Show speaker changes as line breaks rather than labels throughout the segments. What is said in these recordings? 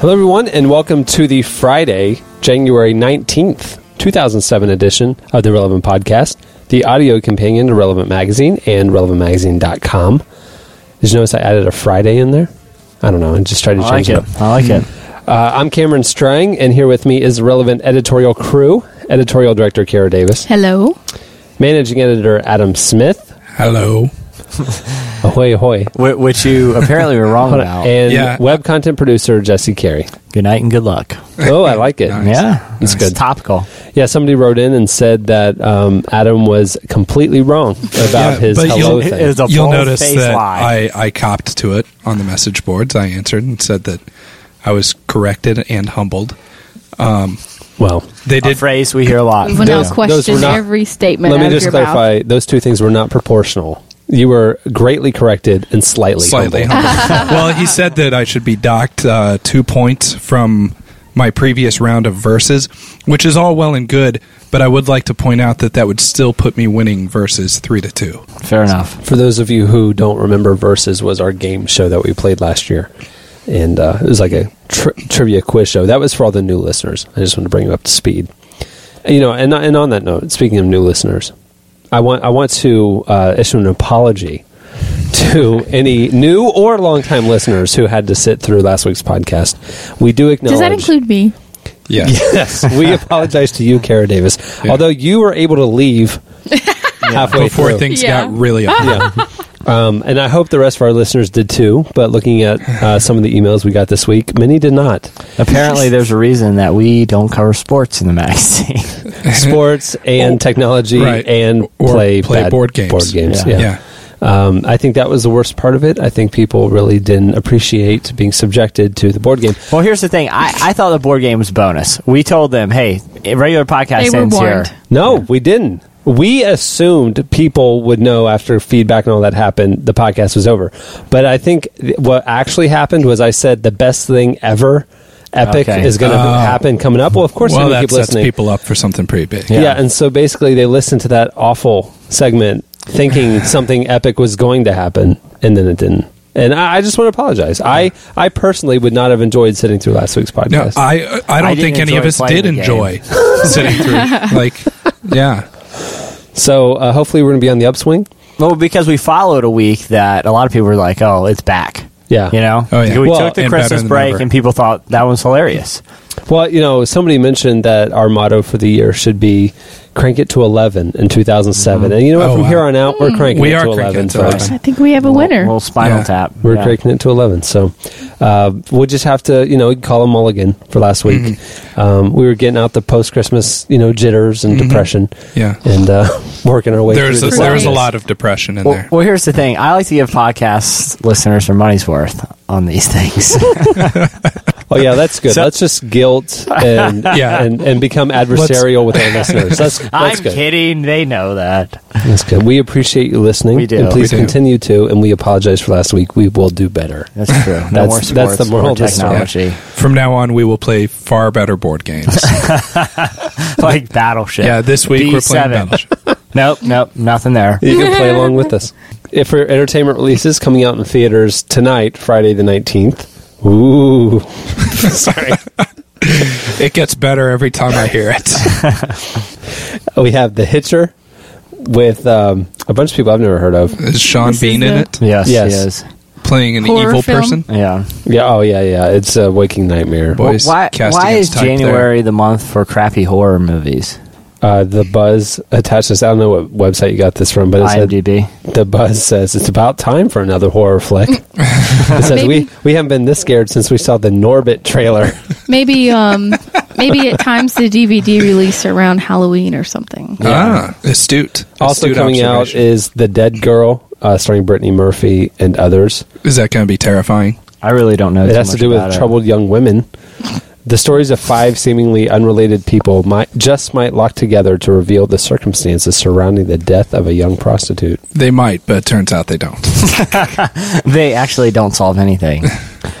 Hello, everyone, and welcome to the Friday, January 19th, 2007 edition of the Relevant Podcast, the audio companion to Relevant Magazine and relevantmagazine.com. Did you notice I added a Friday in there? I don't know. I just tried to
I
change
like
it.
it. Mm.
up.
I like it.
Uh, I'm Cameron Strang, and here with me is the Relevant editorial crew, editorial director Kara Davis,
Hello.
managing editor Adam Smith.
Hello.
Ahoy, ahoy.
Wh- Which you apparently were wrong about.
And
Yeah.
web content producer Jesse Carey.
Good night and good luck.
Oh, I like it.
Nice.
Yeah,
It's good.
topical.
Yeah, somebody wrote in and said that um, Adam was completely wrong about
Yeah,
his
but
hello
you'll-
thing.
it is a
You'll
bold
notice
face
that
lie.
I, I copped to it on the message boards. I answered and said that I was corrected and humbled.
well,
They
A
did.
phrase we hear a lot.
We will now
Those- those were
question
not-
every statement
let
out
me
of
just
your
clarify: those two things were not proportional. You were greatly corrected and slightly,
Slightly
humbled.
humbled. well, he said that I should be docked uh, two points from my previous round of verses, which is all well and good, but I would like to point out that that would still put me winning verses three to two.
Fair enough.
For those of you who don't remember, Versus was our game show that we played last year, and uh, it was like a tri- trivia quiz show. That was for all the new listeners. I just want to bring you up to speed. And, you know, and and on that note, speaking of new listeners, I want I want to uh, issue an apology to any new or longtime listeners who had to sit through last week's podcast. We do acknowledge.
Does that include me?
Yeah.
Yes, we apologize to you, Kara Davis.
Yeah.
Although you were able to leave halfway
Before
through
things
Yeah.
got really ugly.
yeah. Um, and I hope the rest of our listeners did too. But looking at uh, some of the emails we got this week, many did not.
Apparently, there's a reason that we don't cover sports in the magazine.
Sports and technology
right.
and
Or
play
play
bad
board games.
Yeah.
Yeah.
Yeah.
Um, I think that was the worst part of it. I think people really didn't appreciate being subjected to the board game.
well, here's the thing. I, I thought the board game was bonus. We told them, hey, a regular podcast
They were
ends here.
warned.
No, we didn't. We assumed people would know after feedback and all that happened, the podcast was over. But I think th- what actually happened was I said the best thing ever, epic,
Okay.
is going to happen coming up. Well, of course,
Oh.
they're
Well,
gonna keep
that sets
listening.
people up for something pretty big.
Yeah.
Yeah.
and so basically they listened to that awful segment thinking something epic was going to happen, and then it didn't. And I, I just want to apologize. I, I personally would not have enjoyed sitting through last week's
No,
podcast.
I uh, I
I
don't
didn't
think any
enjoy
of us
playing
did
the game.
enjoy sitting through. Like, yeah,
so uh, hopefully we're going to be on the upswing.
Well, because we followed a week that a lot of people were like, oh, it's back.
Yeah.
You know?
Oh, yeah.
We
Well,
took the
and better
Christmas
than
break,
ever.
and people thought that was hilarious.
Well, you know, somebody mentioned that our motto for the year should be crank it to 11 in 2007. And you know what?
Oh,
From
wow.
here on out, we're cranking
We
it
are
to
cranking
11.
it to
folks.
11.
I think we have a winner.
Little spinal
Yeah.
tap.
We're
Yeah.
cranking it to 11. So uh, we'll just have to, you know, call a mulligan for last week.
Mm-hmm.
Um, we were getting out the post Christmas, you know, jitters and depression.
Yeah.
And uh, working our way
there's a,
through the
there's a
sadness.
lot of depression in
Well,
there.
well, here's the thing. I like to give podcast listeners their money's worth on these things.
Oh, yeah, that's good.
So-
Let's just guilt and,
Yeah.
and, and become adversarial with our listeners. That's, that's
I'm
good.
kidding. They know that.
That's good. We appreciate you listening.
We do.
And please
We do.
continue to. And we apologize for last week. We will do better.
That's true.
That's-
No more
that's
sports.
the moral
or
of the story.
technology.
From now on, we will play far better board games.
like Battleship.
yeah, this week we're playing
D7.
Battleship.
Nope, nope, nothing there.
You can play along with us. If our entertainment releases coming out in theaters tonight, Friday the 19th. Ooh. Sorry.
It gets better every time I hear it.
We have The Hitcher with um, a bunch of people I've never heard of.
Is Sean
This
Bean
is
in
the-
it?
Yes,
Yes.
yes. is.
Playing an
Horror
evil
film?
person?
Yeah.
Yeah. Oh, yeah, yeah. It's a Waking Nightmare.
Boy. Boys
why
cast
why is
against type
January the month for crappy horror movies?
Uh, the Buzz attached this. I don't know what website you got this from, but it said
IMDb.
The Buzz says it's about time for another horror flick. it says we,
Maybe.
we haven't been this scared since we saw the Norbit trailer.
Maybe um maybe at times the DVD release around Halloween or something.
Ah, astute.
also
Astute
coming out
observation.
is The Dead Girl, uh, starring Brittany Murphy and others.
is that going to be terrifying?
I really don't know.
It
too
has to
much
do with
about it.
troubled young women. The stories of five seemingly unrelated people might just might lock together to reveal the circumstances surrounding the death of a young prostitute.
They might, but it turns out they don't.
They actually don't solve anything.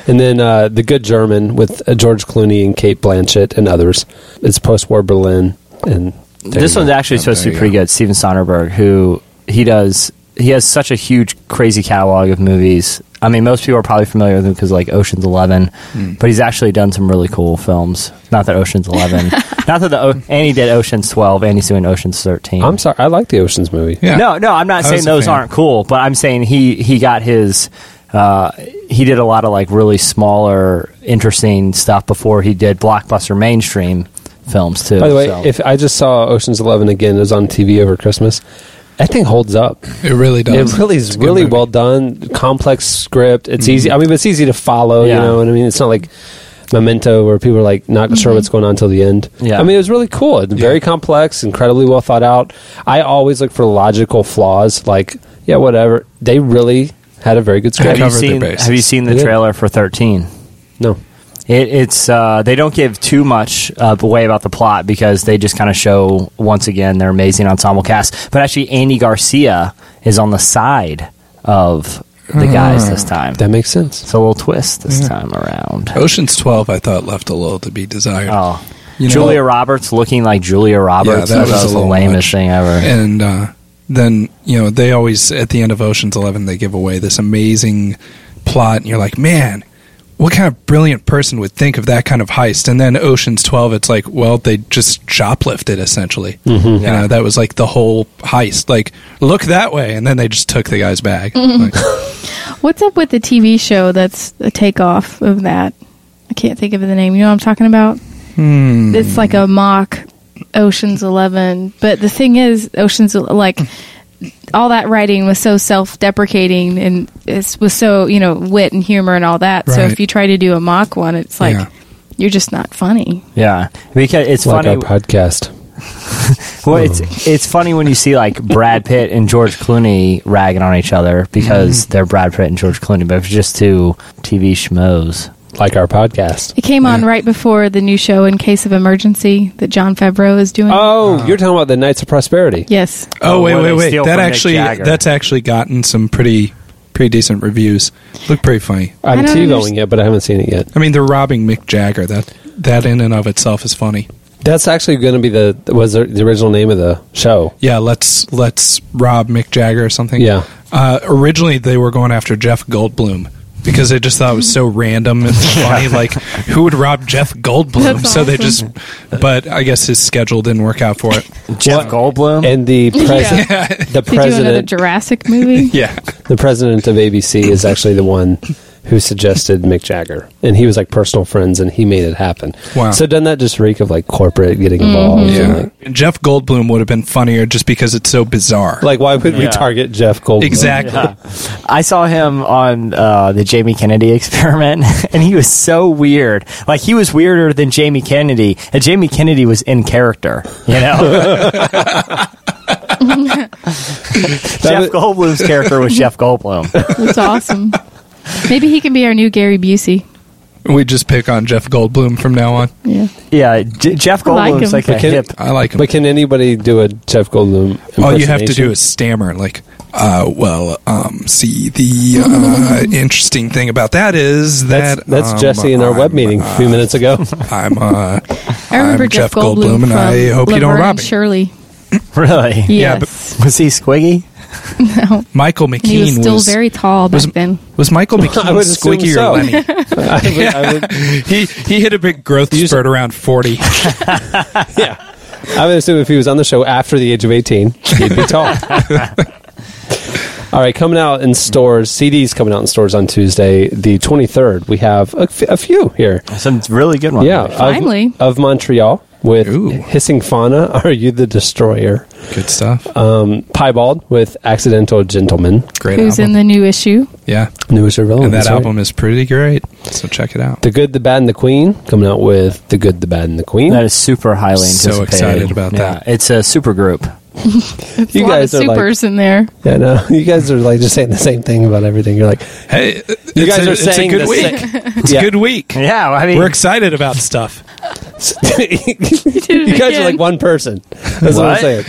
And then uh, The Good German with uh, George Clooney and Kate Blanchett and others. It's post-war Berlin and there
this
you go.
one's actually
Oh,
supposed to
there
be
you
pretty
go.
good. Steven Soderbergh, who he does, he has such a huge, crazy catalog of movies. I mean, most people are probably familiar with him because like Ocean's Eleven,
Hmm.
but he's actually done some really cool films. Not that Ocean's Eleven, not that the o- and he did Ocean's Twelve, and he's doing Ocean's Thirteen.
I'm sorry, I like the Ocean's movie.
Yeah.
No, no, I'm not
I
saying
was a
those
fan.
aren't cool, but I'm saying he he got his uh, he did a lot of like really smaller, interesting stuff before he did blockbuster mainstream films too.
By the way,
so-
if I just saw Ocean's Eleven again, it was on TV over Christmas. That thing holds up.
It really does.
It really
It's
is
a good
really
movie.
well done, complex script. It's easy. I mean, it's easy to follow.
Mm-hmm. Yeah.
You know what I mean? It's not like Memento where people are like not sure
Mm-hmm.
what's going on until the end.
Yeah.
I mean, it was really cool. It's very complex, incredibly well thought out. I always look for logical flaws. Like, yeah, whatever. They really had a very good
have
script.
you
covered their
seen
bases.
have you seen the
They did.
trailer for Thirteen?
No,
It, it's uh, they don't give too much uh, away about the plot because they just kind of show once again their amazing ensemble cast. But actually, Andy Garcia is on the side of the
Mm-hmm.
guys this time.
that makes sense.
It's a little twist this time around.
Ocean's 12, I thought, left a little to be desired.
Oh,
You know-
Julia Roberts looking like Julia Roberts.
that
that,
was
was,
a
the
little
lamest
much.
thing ever.
And uh, then, you know, they always, at the end of Ocean's 11, they give away this amazing plot, and you're like, man, what kind of brilliant person would think of that kind of heist? And then Ocean's 12, it's like, well, they just shoplifted, essentially.
Mm-hmm.
You know, that was like the whole heist. Like, look that way. And then they just took the guy's bag. Like, oh,
What's up with the TV show that's a takeoff of that? I can't think of the name. You know what I'm talking about?
Hmm.
It's like a mock Ocean's Eleven. But the thing is, Ocean's like all that writing was so self-deprecating and it was so you know wit and humor and all that. So
Right.
if you try to do a mock one, it's like
Yeah.
you're just not funny.
Yeah, because it's
Like
funny.
our podcast.
Well,
Oh.
it's it's funny when you see like Brad Pitt and George Clooney ragging on each other because
Mm-hmm.
they're Brad Pitt and George Clooney, but if it's just two TV schmoes.
Like our podcast.
It came on right before the new show in case of emergency that John Favreau is doing.
Ah.
Oh, you're talking about the Knights of Prosperity.
yes.
oh, wait,
where
wait,
they
wait.
steal
That
from Mick
actually,
Jagger.
that's actually gotten some pretty, pretty decent reviews. Look pretty funny.
I'm
I don't
T-going
understand-
it, but I haven't seen it yet.
I mean, they're robbing Mick Jagger. That, that in and of itself is funny.
That's actually going to be the was the the original name of the show.
Yeah, let's let's rob Mick Jagger or something.
Yeah.
Uh, originally, they were going after Jeff Goldblum because they just thought it was so random and funny. Like, who would rob Jeff Goldblum?
That's
so they just.
awesome.
But I guess his schedule didn't work out for it.
Jeff Goldblum?
And the president,
Yeah.
the
Did you do another
president,
Jurassic movie?
yeah.
the president of ABC is actually the one who suggested Mick Jagger, and he was like personal friends, and he made it happen.
Wow.
So doesn't that just reek of like corporate getting involved? and,
Yeah.
like,
And Jeff Goldblum would have been funnier just because it's so bizarre.
like, why would we
Yeah.
target Jeff Goldblum?
exactly.
I saw him on uh, the Jamie Kennedy experiment, and he was so weird. Like, he was weirder than Jamie Kennedy, and Jamie Kennedy was in character, you know? Jeff
was-
Goldblum's character was Jeff Goldblum.
That's awesome. Maybe he can be our new Gary Busey.
We just pick on Jeff Goldblum from now on.
Yeah.
Yeah, J- Jeff
I like
Goldblum's
him.
like, a
Can-
hip.
I like him.
But can anybody do a Jeff Goldblum?
All you have to
impersonation?
do is stammer, like, uh, well, um, see, the uh, interesting thing about that is
That's,
that
that's
um,
Jesse in our web
I'm,
meeting a
uh,
few minutes ago.
I'm uh,
I remember
I'm
Jeff,
Jeff Goldblum,
Goldblum,
and I
from
hope you don't
Laverne
rob me.
Shirley.
Really?
Yeah,
Yes.
Was he squiggy?
Michael
and he
McKean
was still
was,
very tall back
was-
then.
was Michael McKean
I would assume
squeaky
so.
or Lenny?
I would- I would-
he he hit a big growth
You
spurt around forty.
yeah. I would assume if he was on the show after the age of 18, he'd be tall. All right, coming out in stores, CDs coming out in stores on Tuesday, the 23rd. We have a, f- a few here.
Some really good ones.
Yeah. of-
Finally.
Of, Montreal with
Oh, Ooh.
Hissing Fauna, Are You the Destroyer?
Good stuff.
Uh, Piebald with Accidental Gentleman.
Great
Who's
album.
in the new issue?
yeah,
Newest Irrelevant.
and that
that's right.
album is pretty great. So check it out.
The Good, the Bad, and the Queen coming out with The Good, the Bad, and the Queen.
That is super highly
So
anticipated.
excited about that.
It's a super group.
It's
You
a lot of
guys are like-
supers in there.
Yeah, no, uh, you guys are like just saying the same thing about everything. You're like,
Hey,
you guys are
it's
saying
a good
the
week.
sa-
It's
Yeah.
a good week.
Yeah, I mean,
We're excited about stuff.
did it
you guys are
again.
like one person. That's what, I'm
What?
saying.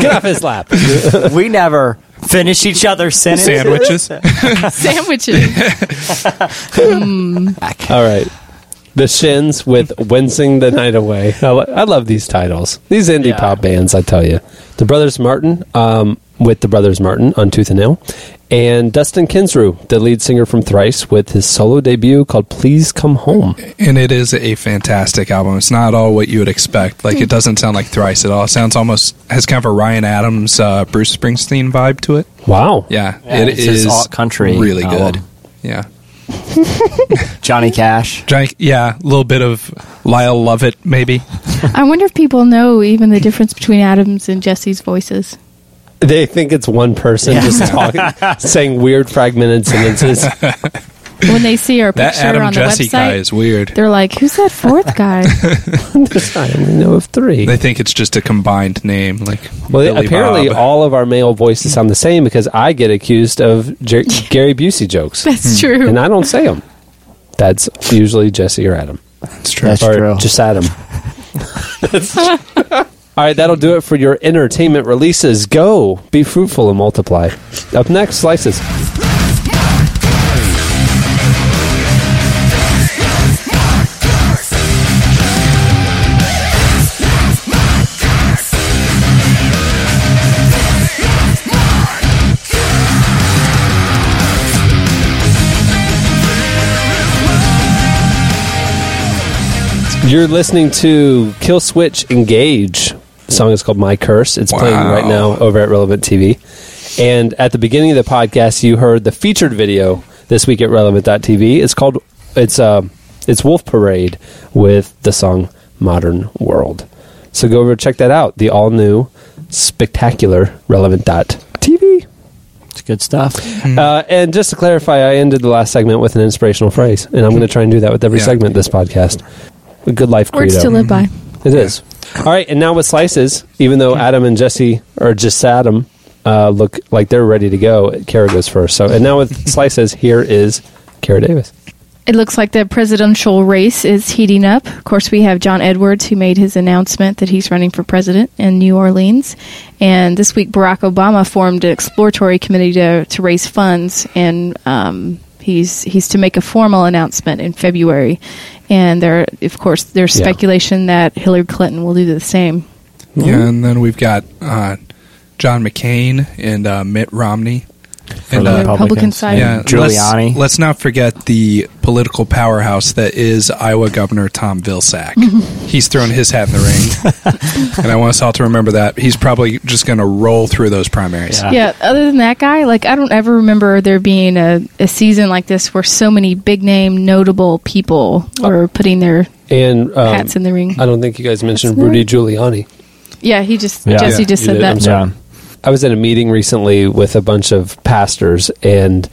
Get off his lap.
we never finish each other's sentences.
Sandwiches.
Sandwiches.
All right. The Shins with Wincing the Night Away. I, lo- I love these titles. These indie
Yeah.
pop bands, I tell you. The Brothers Martin um, with the Brothers Martin on Tooth and Nail. And Dustin Kinsrew, the lead singer from Thrice, with his solo debut called Please Come Home.
and it is a fantastic album. It's not all what you would expect. Like
Hmm.
it doesn't sound like Thrice at all. It sounds almost has kind of a Ryan Adams, uh, Bruce Springsteen vibe to it.
Wow.
Yeah,
Yeah,
it
it's his
is
alt country
really
album.
good. Yeah,
Johnny Cash.
Johnny, yeah, a little bit of Lyle Lovett maybe.
I wonder if people know even the difference between Adam's and Jesse's voices.
They think it's one person just talking, saying weird fragmented sentences.
When they see our
That
picture
Adam
on the
Jesse
website,
guy is weird.
they're like, "Who's that fourth guy?"
I only know of three.
They think it's just a combined name. Like
Well,
Billy
apparently
Bob.
all of our male voices sound the same because I get accused of Jer- Gary Busey jokes,
That's true.
and I don't say them. That's usually Jesse or Adam,
It's true.
That's
or
true.
just Adam. all right, that'll do it for your entertainment releases. Go be fruitful and multiply. Up next, slices. You're listening to Kill Switch Engage. The song is called My Curse. It's playing
Wow.
right now over at Relevant TV. And at the beginning of the podcast, you heard the featured video this week at Relevant.tv. It's called it's uh, it's Wolf Parade with the song Modern World. So go over and check that out. The all new spectacular Relevant.tv.
It's good stuff.
Hmm.
Uh, and just to clarify, I ended the last segment with an inspirational phrase, and I'm going to try and do that with every
Hmm. Yeah.
segment this podcast. A good life credo.
Words to live by.
It is. All right, and now with slices, even though Adam and Jesse or just Adam uh, look like they're ready to go, Kara goes first. So, and now with slices, here is Kara Davis.
It looks like the presidential race is heating up. Of course, we have John Edwards, who made his announcement that he's running for president in New Orleans. And this week, Barack Obama formed an exploratory committee to, to raise funds, and um, he's he's to make a formal announcement in February. And there, of course, there's
Yeah.
speculation that Hillary Clinton will do the same.
Yeah, and then we've got uh, John McCain and uh, Mitt Romney. And,
the
uh,
The Republican
Republicans.
side.
Yeah,
Giuliani.
Let's, let's not forget the political powerhouse that is Iowa Governor Tom Vilsack. He's thrown his hat in the ring, and I want us all to remember that he's probably just going to roll through those primaries.
Yeah.
yeah other than that guy like i don't ever remember there being a, a season like this where so many big name notable people were putting their
And um,
hats in the ring
I don't think you guys mentioned
That's
Rudy
right.
Giuliani.
yeah he just
Yeah.
jesse
Yeah,
just
you
said
did. I'm
that
sorry.
Yeah.
I was in a meeting recently with a bunch of pastors, and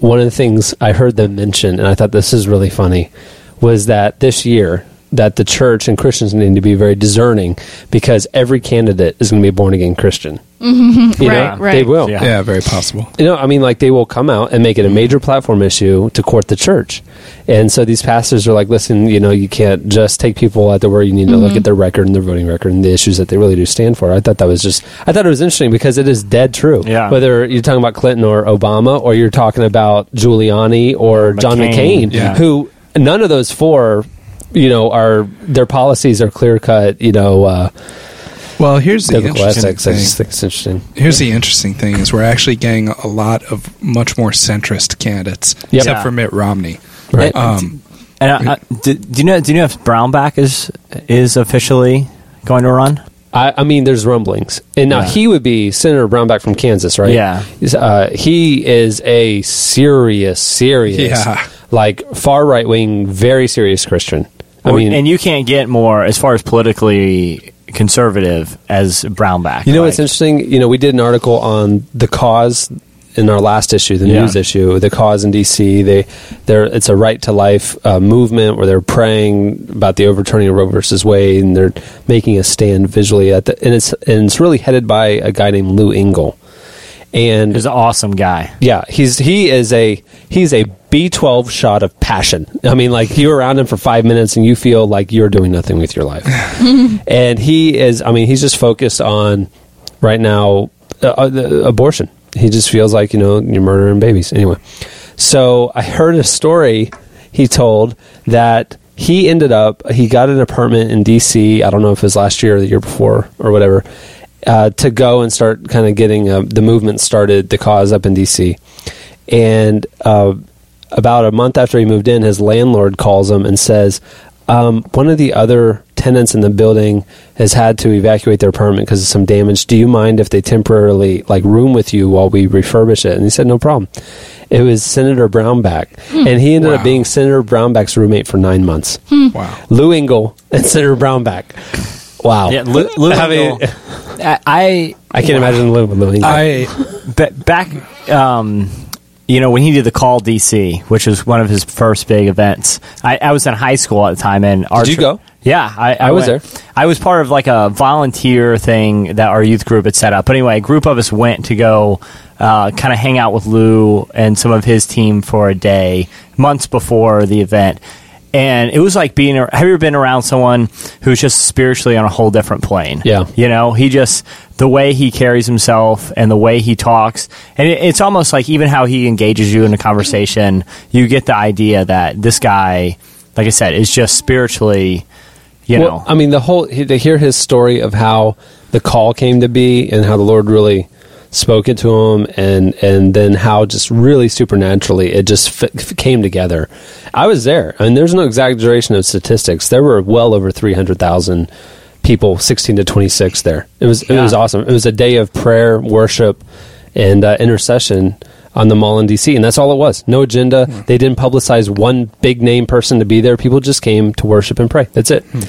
one of the things I heard them mention, and I thought this is really funny, was that this year that the church and Christians need to be very discerning because every candidate is going to be a born again Christian. Mm-hmm, you
right,
know,
right.
They will.
Yeah.
Yeah, very possible.
You know, I mean, like they will come out and make it a major platform issue to court the church, and so these pastors are like, "Listen, you know, you can't just take people at their word. You need to
Mm-hmm.
look at their record and their voting record and the issues that they really do stand for." I thought that was just, I thought it was interesting because it is dead true.
Yeah.
Whether you're talking about Clinton or Obama, or you're talking about Giuliani or John
McCain,
McCain,
yeah.
who none of those four, you know, are their policies are clear cut. You know, uh,
Well, here's the
biblical
interesting
ethics. I
thing.
just think it's interesting.
Here's the interesting thing is we're actually getting a lot of much more centrist candidates, except
Yeah.
for Mitt Romney.
Right.
Um,
And I, I, do, do you know? Do you know if Brownback is is officially going to run?
I, I mean, there's rumblings, and now
Yeah.
he would be Senator Brownback from Kansas, right?
Yeah.
He's, uh, he is a serious, serious,
Yeah.
like far right wing, very serious Christian. I
Or-
mean,
and you can't get more as far as politically conservative as Brownback.
You know
Like,
what's interesting? You know, we did an article on the cause in our last issue, the
Yeah.
news issue, the cause in D.C. They, they're it's a right to life uh, movement where they're praying about the overturning of Roe versus Wade, and they're making a stand visually at the, and it's and it's really headed by a guy named Lou Engle, and
He's an awesome guy.
yeah, he's he is a he's a B twelve shot of passion. I mean, like you're around him for five minutes and you feel like you're doing nothing with your life. and he is, I mean, he's just focused on right now uh, uh, the abortion. He just feels like you know you're murdering babies anyway. So I heard a story he told that he ended up he got an apartment in D.C. I don't know if it was last year or the year before or whatever uh, to go and start kind of getting uh, the movement started, the cause up in DC. And uh, about a month after he moved in, his landlord calls him and says, um, "One of the other tenants in the building has had to evacuate their apartment because of some damage. Do you mind if they temporarily like room with you while we refurbish it?" And he said, "No problem." It was Senator Brownback, and he ended
Wow.
up being Senator Brownback's roommate for nine months.
Wow.
Lou Engle and Senator Brownback. Wow.
Yeah, Lou, Lou
I mean-
Engle- I, I
I can't imagine Lou, Lou Engle.
I
ba- back um, you know when he did the call dc which was one of his first big events i, I was in high school at the time and our
you
tr-
go?
yeah i,
I was
went.
there.
i was part of like a volunteer thing that our youth group had set up but anyway a group of us went to go uh, kind of hang out with lou and some of his team for a day months before the event and it was like being ar- have you ever been around someone who's just spiritually on a whole different plane
Yeah.
you know, he just the way he carries himself and the way he talks, and it, it's almost like even how he engages you in a conversation, you get the idea that this guy, like I said, is just spiritually, you
Well,
know,
I mean, the whole he- to hear his story of how the call came to be and how the Lord really spoke it to him, and and then how just really supernaturally it just f- f- came together. I was there, and there's no exaggeration of statistics. There were well over three hundred thousand people, sixteen to twenty six. There, it was it was
Yeah.
awesome. It was a day of prayer, worship, and uh, intercession. On the mall in DC, and that's all it was. No agenda.
Hmm.
They didn't publicize one big name person to be there. People just came to worship and pray. That's it
Hmm.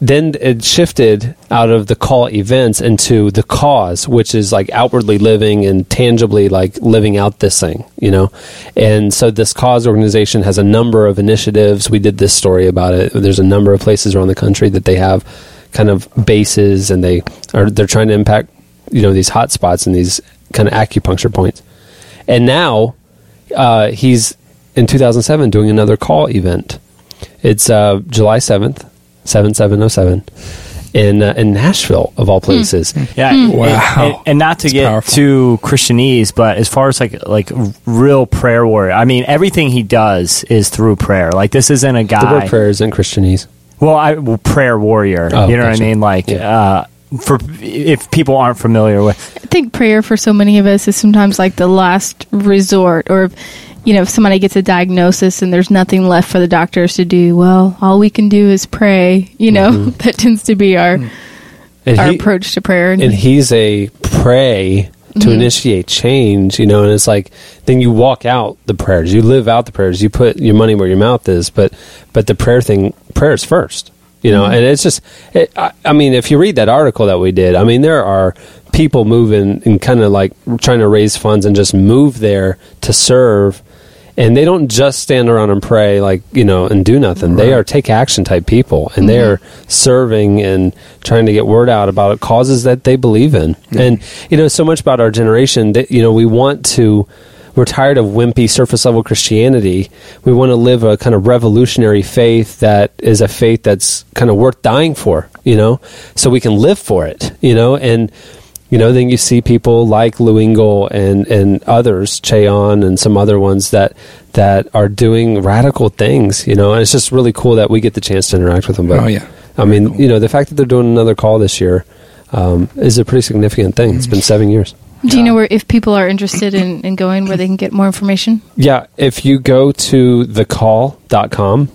then it shifted out of the call events into the cause, which is like outwardly living and tangibly like living out this thing, you know? And so this cause organization has a number of initiatives. We did this story about it. There's a number of places around the country that they have kind of bases and they are, they're trying to impact, you know, these hot spots and these kind of acupuncture points. And now uh, he's in 2007 doing another call event. It's uh, July 7th, 7707 oh, in uh, in Nashville of all places.
yeah. and-
Wow.
and, and not to
It's
get
powerful.
too Christianese, but as far as like like r- real prayer warrior, I mean, everything he does is through prayer. Like this isn't a guy.
The word prayer isn't Christianese.
Well, I well, prayer warrior.
Oh,
you know what
gotcha.
I mean? Like,
Yeah.
uh, for if people aren't familiar with,
I think prayer for so many of us is sometimes like the last resort, or you know, if somebody gets a diagnosis and there's nothing left for the doctors to do, well, all we can do is pray. You know, that tends to be our
And
our
Mm-hmm. Mm. he-
approach to prayer. And,
and he's a prey to initiate change, you know, and it's like then you walk out the prayers, you live out the prayers, you put your money where your mouth is, but but the prayer thing, prayer is first, you know, and it's just, it, I, I mean, if you read that article that we did, I mean, there are people moving and kind of like trying to raise funds and just move there to serve. And they don't just stand around and pray, like you know, and do nothing. They are take action type people, and they are serving and trying to get word out about causes that they believe in. And you know, so much about our generation that you know we want to. We're tired of wimpy surface level Christianity. We want to live a kind of revolutionary faith that is a faith that's kind of worth dying for, you know, so we can live for it, you know, and you know, then you see people like Lou Engle and, and others, Cheon and some other ones that that are doing radical things, you know, and it's just really cool that we get the chance to interact with them. But
Oh, yeah.
I mean, you know, the fact that they're doing another call this year um, is a pretty significant thing. It's been seven years.
do you know where if people are interested in, in going, where they can get more information?
Yeah, if you go to thecall.com,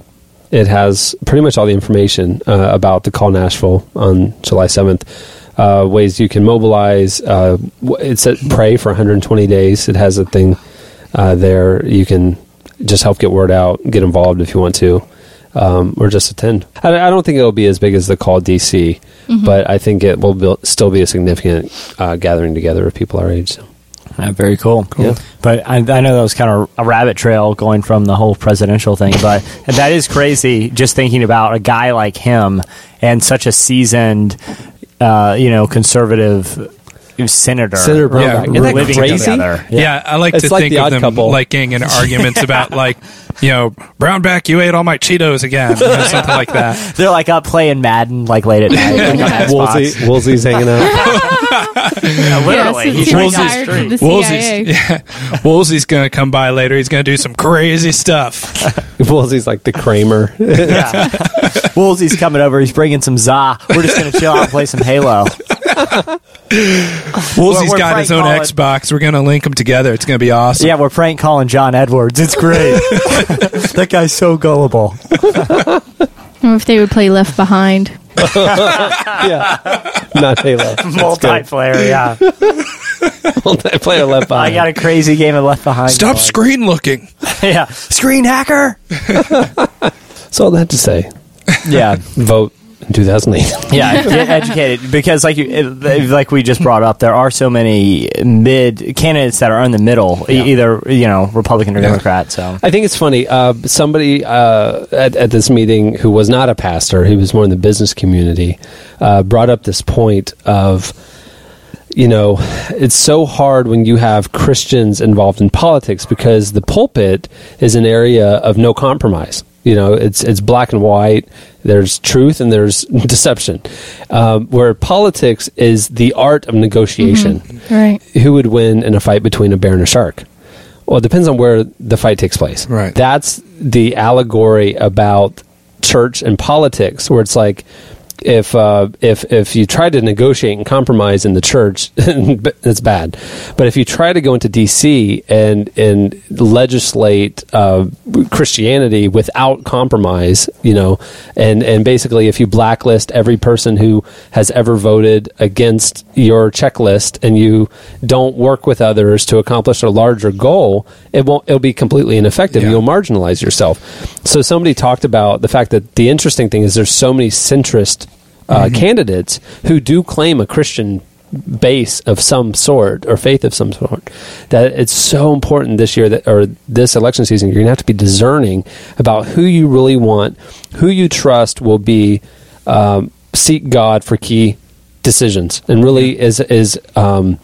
it has pretty much all the information uh, about the call Nashville on July 7th. Uh, ways you can mobilize. Uh, wh- it's at pray for 120 days. It has a thing uh, there. You can just help get word out, get involved if you want to, um, or just attend. I, I don't think it'll be as big as the call DC, but I think it will be, still be a significant uh, gathering together of people our age. So.
Yeah, very cool.
Yeah.
But I, I know that was kind of a rabbit trail going from the whole presidential thing, but that is crazy just thinking about a guy like him and such a seasoned, uh, you know, conservative senator.
Senator Brown
Yeah,
back.
isn't
We're
that
living
crazy?
together.
Yeah, I like
It's
to
like
think
The
of
Odd
them
Couple.
like getting in arguments about like, you know, Brownback, you ate all my Cheetos again, you know, something like that.
They're like up playing Madden like late at night. like, on Xbox.
Woolsey, Woolsey's hanging out.
Yeah,
Yeah,
literally.
since
He's
he
like-
retired from the CIA.
Woolsey's, yeah, Woolsey's gonna come by later. He's gonna do some crazy stuff.
Woolsey's like the Kramer.
yeah. Woolsey's coming over. He's bringing some za. We're just gonna chill out and play some Halo.
Woolsey's
we're
got his own
prank calling.
Xbox. We're gonna link them together. It's gonna be awesome.
Yeah, we're prank calling John Edwards. It's great. that guy's so gullible.
Or if they would play Left Behind.
yeah. Not Halo. That's good.
Multiplayer, yeah.
Multiplayer left
I
behind.
got a crazy game of Left Behind.
Stop
going.
screen looking.
yeah, screen hacker.
That's all I had to say.
Yeah,
Vote in 2008.
yeah. Get educated because, like you, it- like we just brought up, there are so many mid candidates that are in the middle, e-
Yeah.
either you know Republican or
Yeah.
Democrat. So
I think it's funny. Uh, somebody uh, at, at this meeting who was not a pastor, he was more in the business community, uh, brought up this point of, you know, it's so hard when you have Christians involved in politics because the pulpit is an area of no compromise. You know, it's it's black and white. There's truth and there's deception. Um, where politics is the art of negotiation
Right.
who would win in a fight between a bear and a shark? Well, it depends on where the fight takes place.
Right.
That's the allegory about church and politics, where it's like if uh, if if you try to negotiate and compromise in the church, it's bad. But if you try to go into D.C. and and legislate uh, Christianity without compromise, you know, and and basically if you blacklist every person who has ever voted against your checklist and you don't work with others to accomplish a larger goal, it won't it'll be completely ineffective.
Yeah.
You'll marginalize yourself. So somebody talked about the fact that the interesting thing is there's so many centrist uh, candidates who do claim a Christian base of some sort or faith of some sort that it's so important this year that or this election season you're going to have to be discerning about who you really want who you trust will be um, seek god for key decisions and really is is um,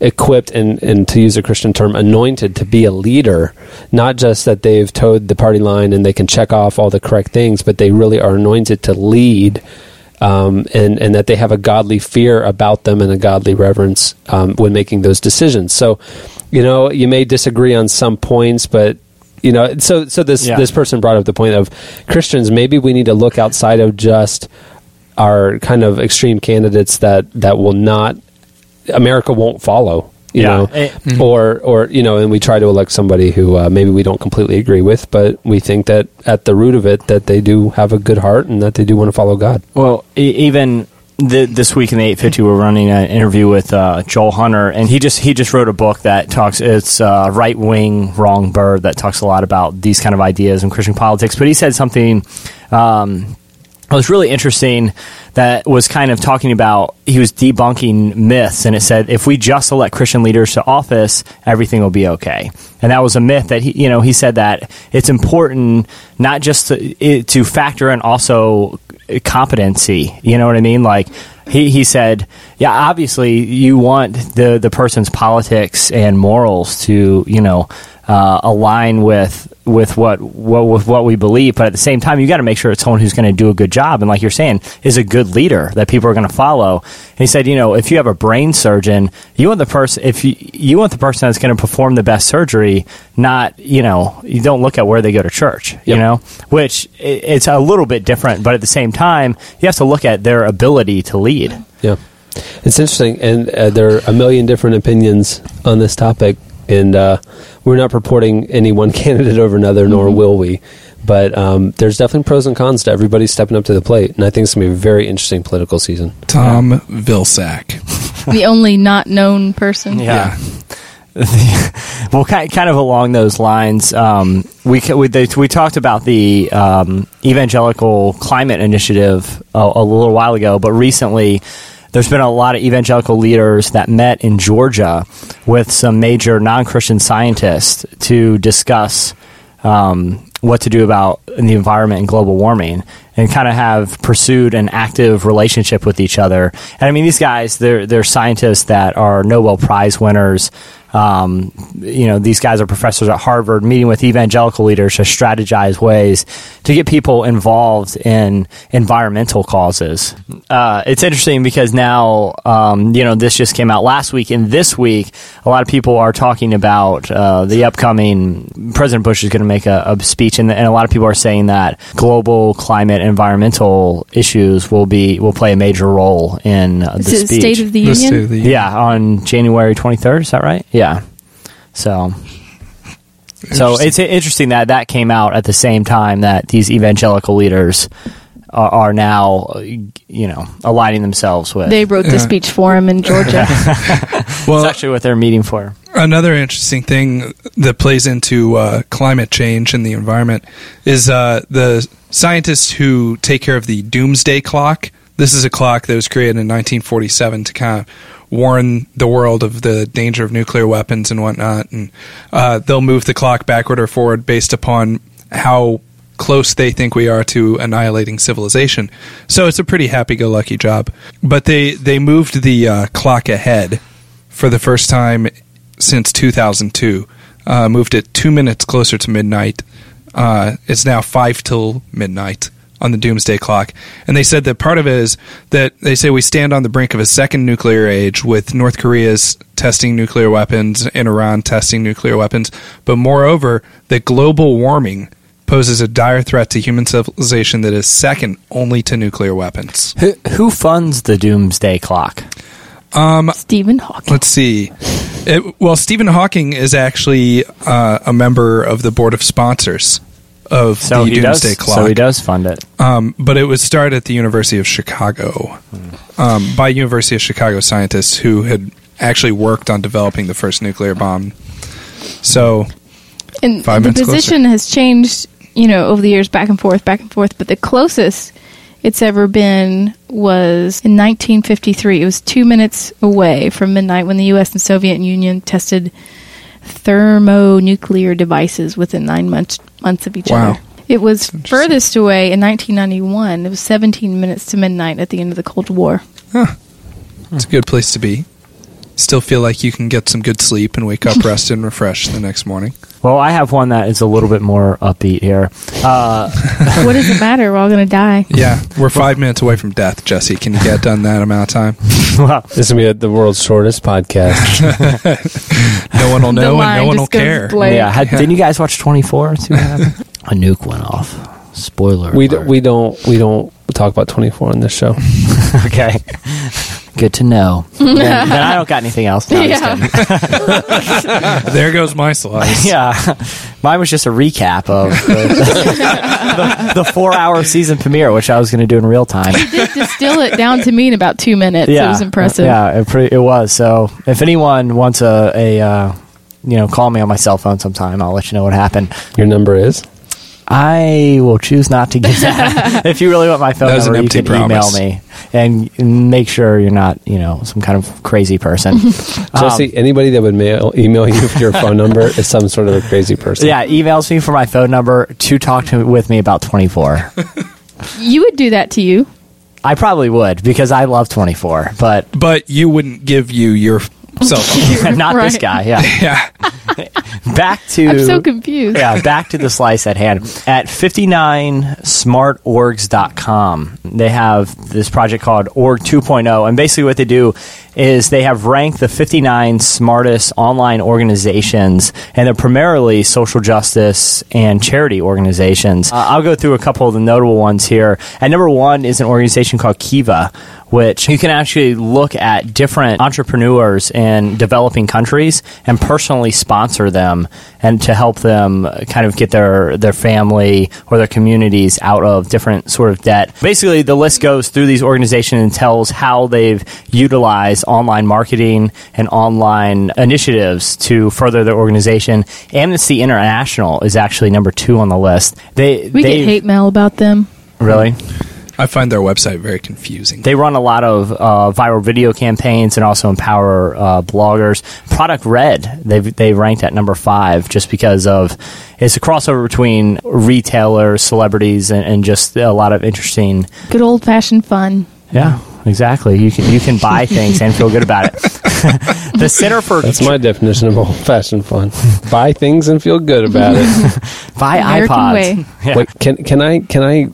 equipped and, and to use a Christian term, anointed to be a leader. Not just that they've towed the party line and they can check off all the correct things, but they really are anointed to lead. Um, and, and that they have a godly fear about them and a godly reverence um, when making those decisions. So, you know, you may disagree on some points, but you know, so so this
Yeah.
this person brought up the point of Christians. Maybe we need to look outside of just are kind of extreme candidates that that will not America won't follow. You
Yeah.
know,
Eh,
or or you know, and we try to elect somebody who uh, maybe we don't completely agree with, but we think that at the root of it, that they do have a good heart and that they do want to follow God.
Well, e- even th this week in the 850, we're running an interview with uh, Joel Hunter, and he just he just wrote a book that talks. It's uh, right wing, wrong bird that talks a lot about these kind of ideas in Christian politics. But he said something. Um, it was really interesting that was kind of talking about he was debunking myths and it said if we just elect christian leaders to office everything will be okay and that was a myth that he you know he said that it's important not just to, it, to factor in also competency you know what i mean like he, he said yeah obviously you want the the person's politics and morals to you know uh, align with with what, what with what we believe, but at the same time, you got to make sure it's someone who's going to do a good job, and like you're saying, is a good leader that people are going to follow. And he said, you know, if you have a brain surgeon, you want the person if you, you want the person that's going to perform the best surgery, not you know, you don't look at where they go to church, you
Yep.
know, which i it's a little bit different, but at the same time, you have to look at their ability to lead.
Yeah, it's interesting, and uh, there are a million different opinions on this topic, and uh, we're not purporting any one candidate over another, nor
Mm-hmm.
will we. But um, there's definitely pros and cons to everybody stepping up to the plate, and I think it's gonna be a very interesting political season.
Tom Vilsack.
The only not known person.
Yeah. well, ki- kind of along those lines, um, we ca- we, they, we talked about the um, evangelical climate initiative a, a little while ago, but recently there's been a lot of evangelical leaders that met in Georgia with some major non Christian scientists to discuss um, what to do about the environment and global warming and kind of have pursued an active relationship with each other. And I mean, these guys, they're, they're scientists that are Nobel Prize winners. Um, you know, these guys are professors at Harvard meeting with evangelical leaders to strategize ways to get people involved in environmental causes. Uh, it's interesting because now, um, you know, this just came out last week, and this week, a lot of people are talking about uh, the upcoming President Bush is going to make a, a speech, and, and a lot of people are saying that global climate environmental issues will be will play a major role in uh, the
Is it
speech.
State of the
Let's do
Union?
the-
Yeah, on January 23rd. Is that right? Yeah. So, so it's interesting that that came out at the same time that these evangelical leaders are, are now, uh, you know, aligning themselves with.
They wrote
Yeah.
the speech for him in Georgia.
Well,
That's actually what they're meeting for.
another interesting thing that plays into uh, climate change and the environment is uh, the scientists who take care of the doomsday clock. This is a clock that was created in 1947 to kind of warn the world of the danger of nuclear weapons and whatnot. And uh, they'll move the clock backward or forward based upon how close they think we are to annihilating civilization. So it's a pretty happy-go-lucky job. But they they moved the uh, clock ahead for the first time since 2002. Uh, moved it two minutes closer to midnight. Uh, it's now five till midnight on the doomsday clock. And they said that part of it is that they say we stand on the brink of a second nuclear age with North Korea's testing nuclear weapons and Iran testing nuclear weapons. But moreover, that global warming poses a dire threat to human civilization that is second only to nuclear weapons.
Who, who funds the doomsday clock?
Stephen Hawking.
Let's see. It, well, Stephen Hawking is actually uh, a member of the board of sponsors of
So
the
he does.
Doomsday Clock.
So he does fund it.
Um, but it was started at the University of Chicago um, by University of Chicago scientists who had actually worked on developing the first nuclear bomb. So
And
Five
the
minutes closer.
position has changed, you know, over the years, back and forth, back and forth. But the closest it's ever been was in 1953. It was two minutes away from midnight when the U.S. and Soviet Union tested thermonuclear devices within nine months months of each
Wow.
other. It was furthest away in 1991. It was 17 minutes to midnight at the end of the Cold War.
it's a good place to be. Still feel like you can get some good sleep and wake up rested and refreshed the next morning.
Well, I have one that is a little bit more upbeat here. Uh,
what does it matter? We're all going to die.
Yeah, we're five minutes away from death, Jesse. Can you get done that amount of time?
well,
This is gonna be the world's shortest podcast.
No one will
The
know, and
line
no one
just
will
goes
care.
blank.
yeah. Had, Didn't you guys watch 24? See what happened? a nuke went off. Spoiler.
we
alert.
don't, we don't we don't talk about twenty four on this show.
Okay. Good to know. then, then I don't got anything else. No, I'm just
Yeah.
kidding.
There goes my slice.
yeah. Mine was just a recap of the, the, the four hour season premiere, which I was going to do in real time.
did distill it down to me in about two minutes. It was impressive.
Yeah, it, pretty, it was. So if anyone wants a, a uh, you know, call me on my cell phone sometime, I'll let you know what happened.
Your number is
I will choose not to give that. if you really want my phone
That was an
number, you
empty
can
promise.
email me and make sure you're not, you know, some kind of crazy person.
Jesse. anybody that would mail email you for your phone number is some sort of a crazy person.
Yeah, emails me for my phone number to talk to with me about 24.
You would do that to you.
I probably would because I love 24, but
but you wouldn't give you your cell phone.
not this
Right.
guy. Yeah.
yeah,
Back to
I'm so confused.
Yeah, back to the slice at hand. At 59smartorgs.com, they have this project called Org 2.0. And basically, what they do is they have ranked the 59 smartest online organizations, and they're primarily social justice and charity organizations. Uh, I'll go through a couple of the notable ones here. At number one is an organization called Kiva. Which you can actually look at different entrepreneurs in developing countries and personally sponsor them and to help them uh, kind of get their their family or their communities out of different sort of debt. Basically, the list goes through these organizations and tells how they've utilized online marketing and online initiatives to further their organization. Amnesty International is actually number two on the list. They
We
they
get hate mail about them.
really
I find their website very confusing.
They run a lot of uh, viral video campaigns and also empower uh, bloggers. Product Red, they they ranked at number five just because of it's a crossover between retailers, celebrities, and, and just a lot of interesting.
Good old fashioned fun.
Yeah, exactly. You can you can buy things and feel good about it. the Center for
That's my definition of old fashioned fun. Buy things and feel good about it.
buy
American
iPods.
way.
Yeah.
Wait, can can I can I?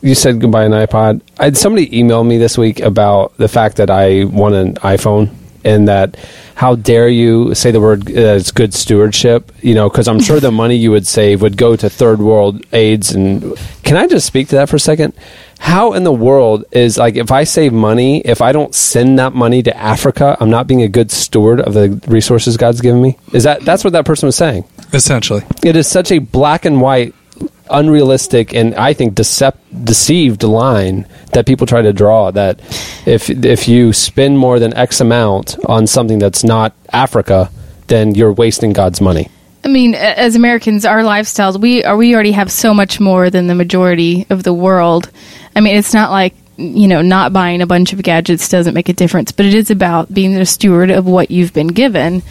You said goodbye an iPod. I had somebody email me this week about the fact that I won an iPhone and that how dare you say the word uh, it's good stewardship? You know, because I'm sure the money you would save would go to third world aids. And can I just speak to that for a second? How in the world is like if I save money, if I don't send that money to Africa, I'm not being a good steward of the resources God's given me? Is that that's what that person was saying?
Essentially,
it is such a black and white unrealistic and i think decep- deceived line that people try to draw that if if you spend more than x amount on something that's not africa then you're wasting god's money
I mean, a- as Americans, our lifestyles we are we already have so much more than the majority of the world. I mean, it's not like you know not buying a bunch of gadgets doesn't make a difference, but it is about being the steward of what you've been given,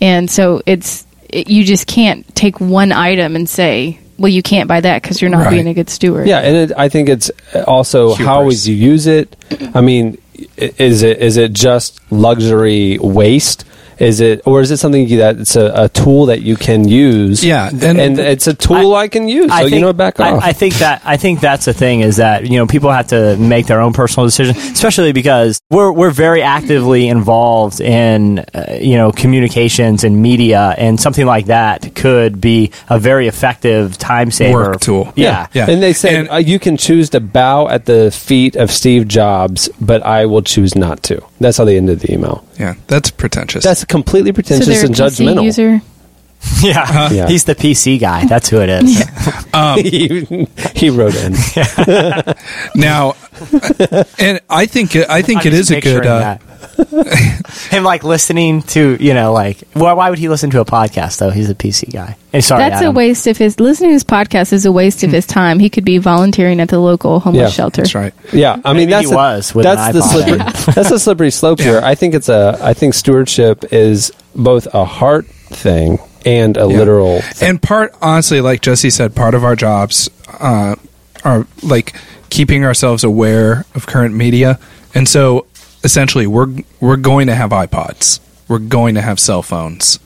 and so it's it, you just can't take one item and say, well, you can't buy that because you're not
Right.
being a good steward.
yeah and it, i think it's also how
Hubris.
would you use it i mean i- is it is it just luxury waste is it or is it something you- that it's a, a tool that you can use
Yeah,
and,
and-
it's a tool i, can use so you know back
I-
off
I, think that I think that's the thing is that you know people have to make their own personal decision, especially because we're we're very actively involved in uh, you know communications and media, and something like that could be a very effective time saver
Work tool.
Yeah,
Yeah.
And they say
And-
uh, you can choose to bow at the feet of Steve Jobs, but I will choose not to. That's how they ended the email.
yeah, that's pretentious.
That's completely
so
pretentious
they're a
and
PC
judgmental.
user.
yeah.
Uh-huh.
Yeah.
He's the PC guy. That's who it is.
he, he wrote in.
now, and I think I think
I'm
it is
just
a good.
picturing
Uh,
that. Him like listening to you know like well, why would he listen to a podcast though? He's a PC guy. And sorry,
That's a
Adam.
waste of his listening to his podcast is a waste of his time. He could be volunteering at the local homeless
Yeah,
shelter.
that's right.
Yeah, I mean
Maybe
that's
he
the-
was with an
that's the
iPod.
slippery that's a slippery slope here.
Yeah.
I think it's a I think stewardship is both a heart thing and a literal. Thing.
And part, honestly, like Jesse said, part of our jobs uh, are like keeping ourselves aware of current media, and so essentially, we're we're going to have iPods, we're going to have cell phones,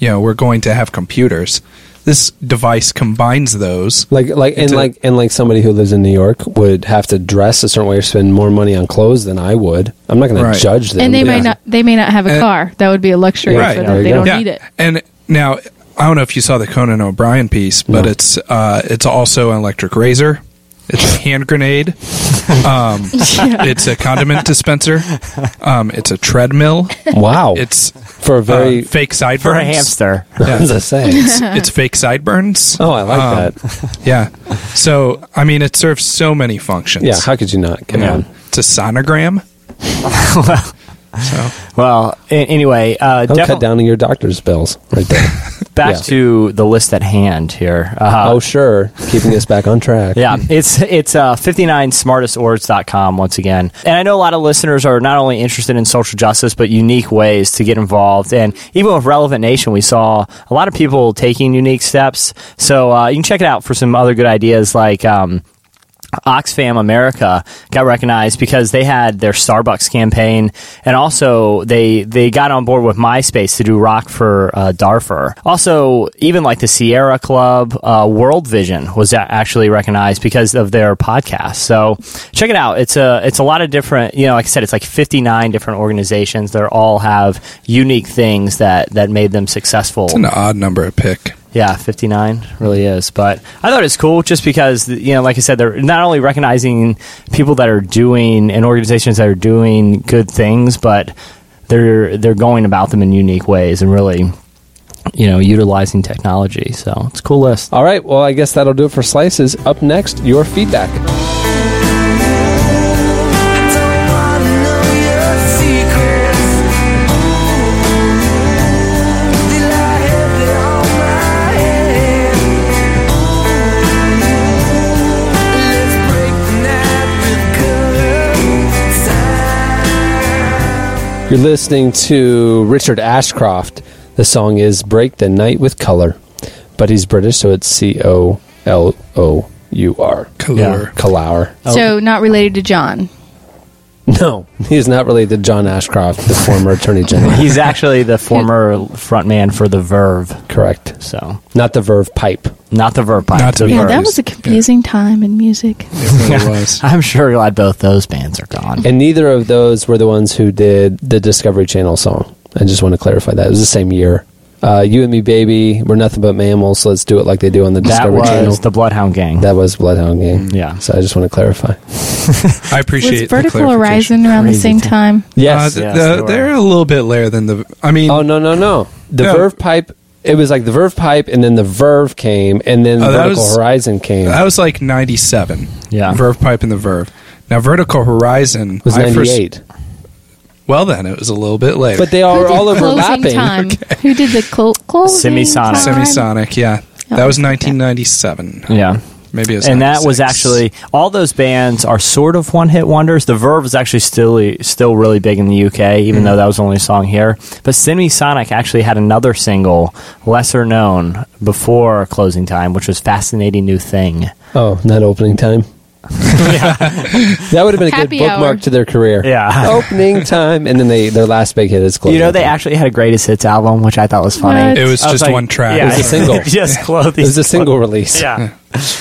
you know, we're going to have computers. This device combines those.
Like like and
Into-
like and like somebody who lives in New York would have to dress a certain way or spend more money on clothes than I would. I'm not going
Right.
to judge them.
And they
because-
might not they may not have a
And-
car. That would be a luxury
Right,
for
there
them.
you
They
go.
don't need it.
And now I don't know if you saw the Conan O'Brien piece, but
No.
it's uh, it's also an electric razor. It's a hand grenade. Um, It's a condiment dispenser. Um, it's a treadmill.
Wow,
It's
for a very
uh, fake sideburns.
for a hamster.
That's a saying.
it's fake sideburns.
Oh, I like
Um,
that.
Yeah. So I mean, it serves so many functions.
Yeah, how could you not? Come
Yeah.
on.
it's a sonogram.
Well, a- anyway, uh,
Don't
defi-
cut down on your doctor's bills right there.
back
yeah.
to the list at hand here. Uh,
oh, sure. Keeping us back on track.
yeah, it's it's uh, 59smartestwords.com once again. And I know a lot of listeners are not only interested in social justice, but unique ways to get involved. And even with Relevant Nation, we saw a lot of people taking unique steps. So uh, you can check it out for some other good ideas like. Um, Oxfam America got recognized because they had their Starbucks campaign, and also they they got on board with MySpace to do Rock for uh, Darfur. Also, even like the Sierra Club, uh, World Vision was a- actually recognized because of their podcast. So check it out. It's a it's a lot of different. You know, like I said, it's like fifty nine different organizations. They all have unique things that that made them successful.
It's an odd number to pick.
Yeah, 59 really is. But I thought it's cool just because, you know, like I said, they're not only recognizing people that are doing and organizations that are doing good things, but they're they're going about them in unique ways and really, you know, utilizing technology. So it's a cool list.
All right. Well, I guess that'll do it for slices. Up next, your feedback.
Let's break the night with
You're listening to Richard Ashcroft. The song is Break the Night with Color, but he's British, so it's C O L O U R.
Colour.
Colour.
So not related to John.
No, he's not related to John Ashcroft, the former Attorney General.
He's actually the former frontman for the Verve.
Correct.
So
Not the Verve Pipe.
not the Verve pipe.
Not to
the
be
Yeah,
Verve.
that
Verves.
was a confusing time in music.
It really was.
I'm sure glad both those bands are gone.
And neither of those were the ones who did the Discovery Channel song. I just want to clarify that. It was the same year. Uh, you and me, baby, we're nothing but mammals. Let's do it like they do on the
that
Discovery
was
Channel.
the Mm. Bloodhound Gang.
that was Bloodhound Gang.
Yeah.
So I just want to clarify.
I
Was
appreciate the
Vertical
clarification.
Horizon around the
Crazy
same
thing.
time?
Yes.
Uh, th-
yes,
the-
they were.
they're a little bit later than the. I mean,
oh no no no. The
No.
Verve pipe. It was like the Verve pipe, and then the Verve came, and then
Oh, that
Vertical
was-
Horizon came.
that was like '97.
Yeah.
Verve Pipe and the Verve. Now, Vertical Horizon
It was
I first-
ninety eight.
well, then it was a little bit later.
But they are all
Who did
overlapping.
Closing time. Who did the clo- closing
Semisonic.
time?
Semisonic, yeah,
Oh,
that was
okay.
1997.
yeah.
Maybe it was.
And that was
96.
actually all those bands are sort of one hit wonders. The Verve is actually still still really big in the UK, even
Mm.
though that was the only song here. But Semisonic actually had another single, lesser known, before closing time, which was "Fascinating New Thing."
Oh, not opening time. that would have been a
Happy
good bookmark
hour.
to their career.
Yeah.
opening time, and then they their last big hit is closing.
You know, they
Time.
actually had a greatest hits album, which I thought was funny.
What?
It was
I
just
like-
one track.
Yeah,
It was a single.
just clothing.
It was a single release.
Yeah.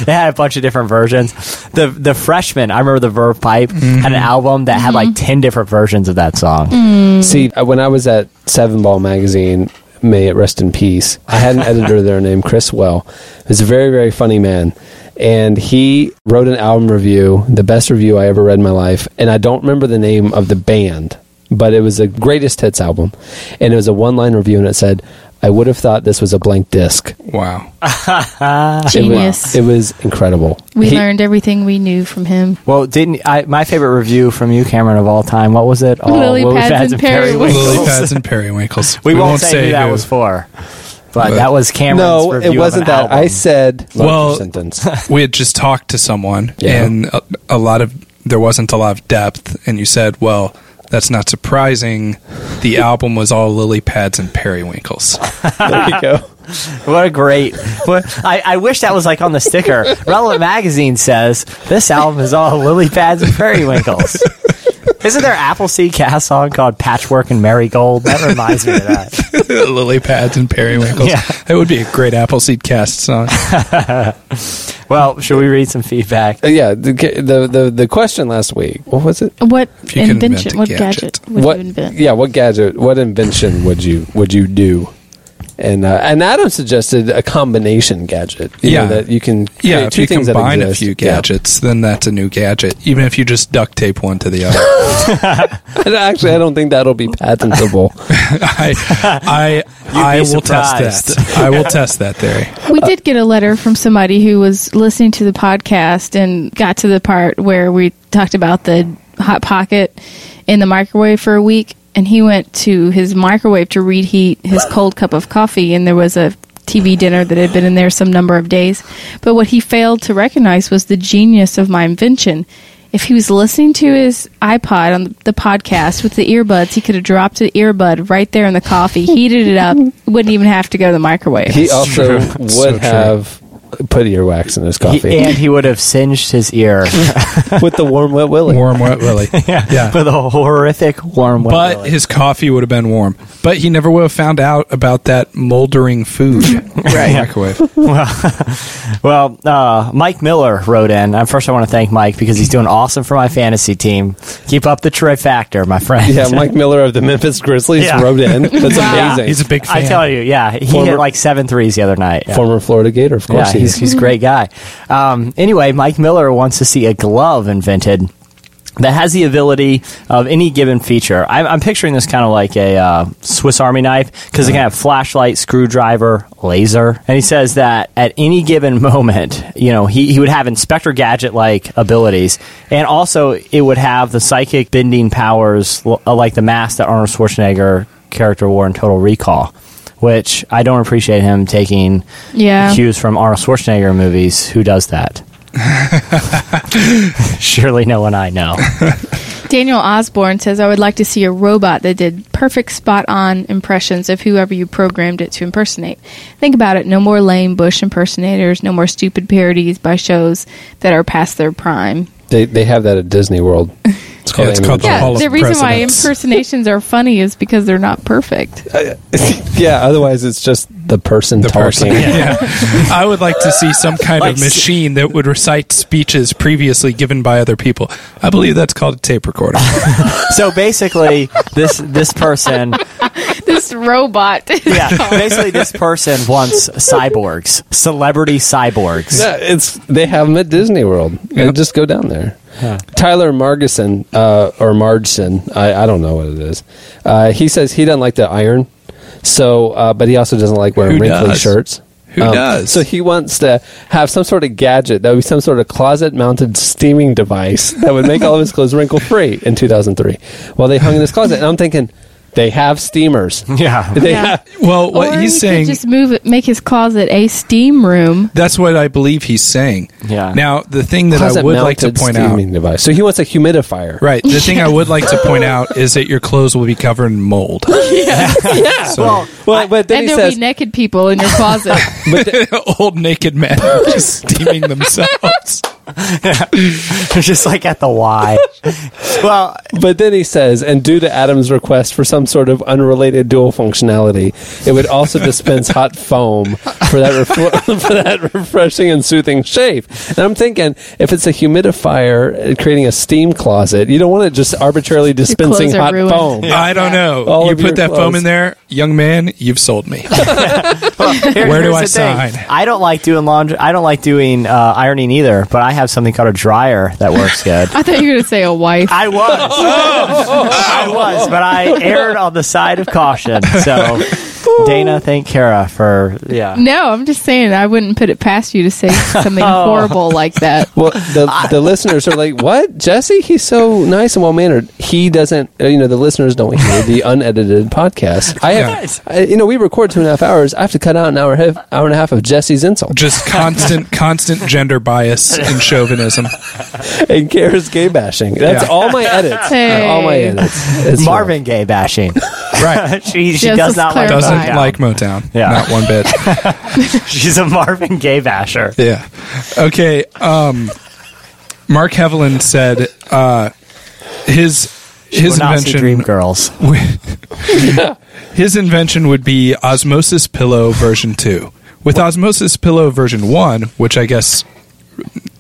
they had a bunch of different versions. The the freshman, I remember the Verve Pipe
Mm-hmm.
had an album that had like ten different versions of that song.
See, uh, when I was at Seven Ball Magazine, may it rest in peace, I had an editor there named Chris Well. He was a very, very funny man. And he wrote an album review, the best review I ever read in my life. And I don't remember the name of the band, but it was the greatest hits album. And it was a one line review, and it said, I would have thought this was a blank disc.
wow.
Genius.
It was incredible.
we
He-
learned everything we knew from him.
Well, didn't I? My favorite review from you, Cameron, of all time. What was it? Oh,
Lily
Lily
Pads and Periwinkles.
Periwinkles.
Lily pads and periwinkles.
We, won't, say, who that was for, but, that was Cameron's
No,
review
it wasn't
of an
that.
album.
I said,
Well-
Larger sentence.
we had just talked to someone,
Yeah.
and a, a lot of there wasn't a lot of depth. And you said, "Well, that's not surprising. The album was all lily pads and periwinkles."
there you go.
What a great! What, I, I wish that was like on the sticker. Relevant magazine says this album is all lily pads and periwinkles. Isn't there Appleseed Cast song called "Patchwork and Marigold"? That reminds me of that.
lily pads and periwinkles.
Yeah.
That would be a great Appleseed cast song.
Well, should we read some feedback?
Uh, Yeah, the, the the the question last week. What was it?
What
you could invent
invention?
a
What
gadget.
gadget, would
what?
you invent?
Yeah, what gadget? What invention would you would you do? And uh, and Adam suggested a combination gadget. you know,
Yeah.
that you can. Create
Yeah, if
two
you
things that
combine a
exist.
few
Yeah.
gadgets, then that's a new gadget. Even if you just duct tape one to the other,
And actually, I don't think that'll be patentable.
I, I, I will
surprised.
test that. I will test that theory.
We did get a letter from somebody who was listening to the podcast and got to the part where we talked about the hot pocket in the microwave for a week, and he went to his microwave to reheat his cold cup of coffee, and there was a TV dinner that had been in there some number of days. But what he failed to recognize was the genius of my invention. If he was listening to his iPod on the podcast with the earbuds, he could have dropped the earbud right there in the coffee, heated it up, wouldn't even have to go to the microwave.
He also
true.
would
So true.
have put earwax in his
He-
coffee
and he would have singed his ear
with the warm wet willy.
Warm wet willy. yeah.
with a horrific warm wet
But
willy.
his coffee would have been warm. But he never would have found out about that moldering food right. microwave.
Well, uh, Mike Miller wrote in. And first, I want to thank Mike because he's doing awesome for my fantasy team. Keep up the Troy factor, my friend.
Yeah, Mike Miller of the Memphis Grizzlies
Yeah.
wrote in. That's
Yeah.
amazing.
He's a big fan.
I tell you, yeah, he
Former-
hit like seven threes the other night. Yeah.
Former Florida Gator, of course.
Yeah,
he
he's,
is.
he's a great guy. Um, anyway, Mike Miller wants to see a glove invented that has the ability of any given feature. I'm, I'm picturing this kind of like a uh, Swiss Army knife because it can have flashlight, screwdriver, laser. And he says that at any given moment, you know, he, he would have Inspector Gadget like abilities. And also, it would have the psychic bending powers l- uh, like the mask that Arnold Schwarzenegger character wore in Total Recall. Which I don't appreciate him taking
Yeah.
cues from Arnold Schwarzenegger movies. Who does that? Surely no one I know.
Daniel Osborne says, I would like to see a robot that did perfect spot on impressions of whoever you programmed it to impersonate. Think about it no more lame Bush impersonators, no more stupid parodies by shows that are past their prime.
They they have that at Disney World. It's
Yeah, it's called
Animal
Hall
Yeah,
of
the reason why
Presidents.
impersonations are funny is because they're not perfect.
Planet. yeah. Otherwise, it's just the person
the
talking.
person. Yeah. I would like to see some kind of machine that would recite speeches previously given by other people. I believe that's called a tape recorder.
So basically, this this person,
this robot.
yeah, basically this person wants cyborgs, celebrity cyborgs.
Yeah, it's they have them at Disney World. They
Yep.
just go down there. Tyler Margison uh, or Margson, I, I don't know what it is. Uh, he says he doesn't like the iron, so uh, but he also doesn't like wearing
Who
wrinkly
does?
shirts. Um,
Who does?
So he wants to have some sort of gadget that would be some sort of closet-mounted steaming device that would make all of his clothes wrinkle-free in 2003. While they hung in his closet, and I'm thinking they have steamers.
Yeah.
They
Yeah.
have-
well, what
or he
he's
could
saying
just move it, make his closet a steam room.
that's what I believe he's saying.
Yeah.
Now, the thing that I would like to
closet-mounted
point out
steaming device. So he wants a humidifier.
Right. The thing I would like to point out is that your clothes will be covered in mold. yeah. So,
Well, but then
and
he
there'll
says,
be naked people in your closet.
but th-
old naked men just steaming themselves.
just like at the Y. well,
But then he says, and due to Adam's request for some sort of unrelated dual functionality, it would also dispense hot foam for that ref- for that refreshing and soothing shave. And I'm thinking, if it's a humidifier uh, creating a steam closet, you don't want it just arbitrarily dispensing
clothes are
hot
ruined.
foam.
I don't know.
All
you
of your
put that foam
clothes.
in there, young man, you've sold me.
here-
Where do
here's
I
the thing.
sign?
I don't like doing laundry. I don't like doing uh, ironing either. But I have something called a dryer that works good.
I thought you were going to say a wife.
I was,
Oh.
I was, but I erred on the side of caution. So, Dana, thank Kara for yeah.
No, I'm just saying I wouldn't put it past you to say something
Oh.
horrible like that.
Well, the, the listeners are like, what? Jesse, he's so nice and well mannered. He doesn't, uh, you know, the listeners don't hear the unedited podcast. I have, I, you know, we record two and a half hours. I have to cut out an hour, and a half- hour and a half of Jesse's insult.
Just constant, constant gender bias and chauvinism.
and Kara's gay bashing. That's
Yeah.
all my edits.
Hey.
All my edits. It's
Marvin Gaye bashing.
Right.
She, she
Just
does
to
not like
clarify.
Doesn't
Motown.
like Motown.
Yeah.
Not one bit.
She's a Marvin Gaye basher.
Yeah. Okay. Um, Mark Hevelin said uh, his his
Will not see
invention
Dream Girls.
His invention would be Osmosis Pillow version 2. With Osmosis Pillow version 1, which I guess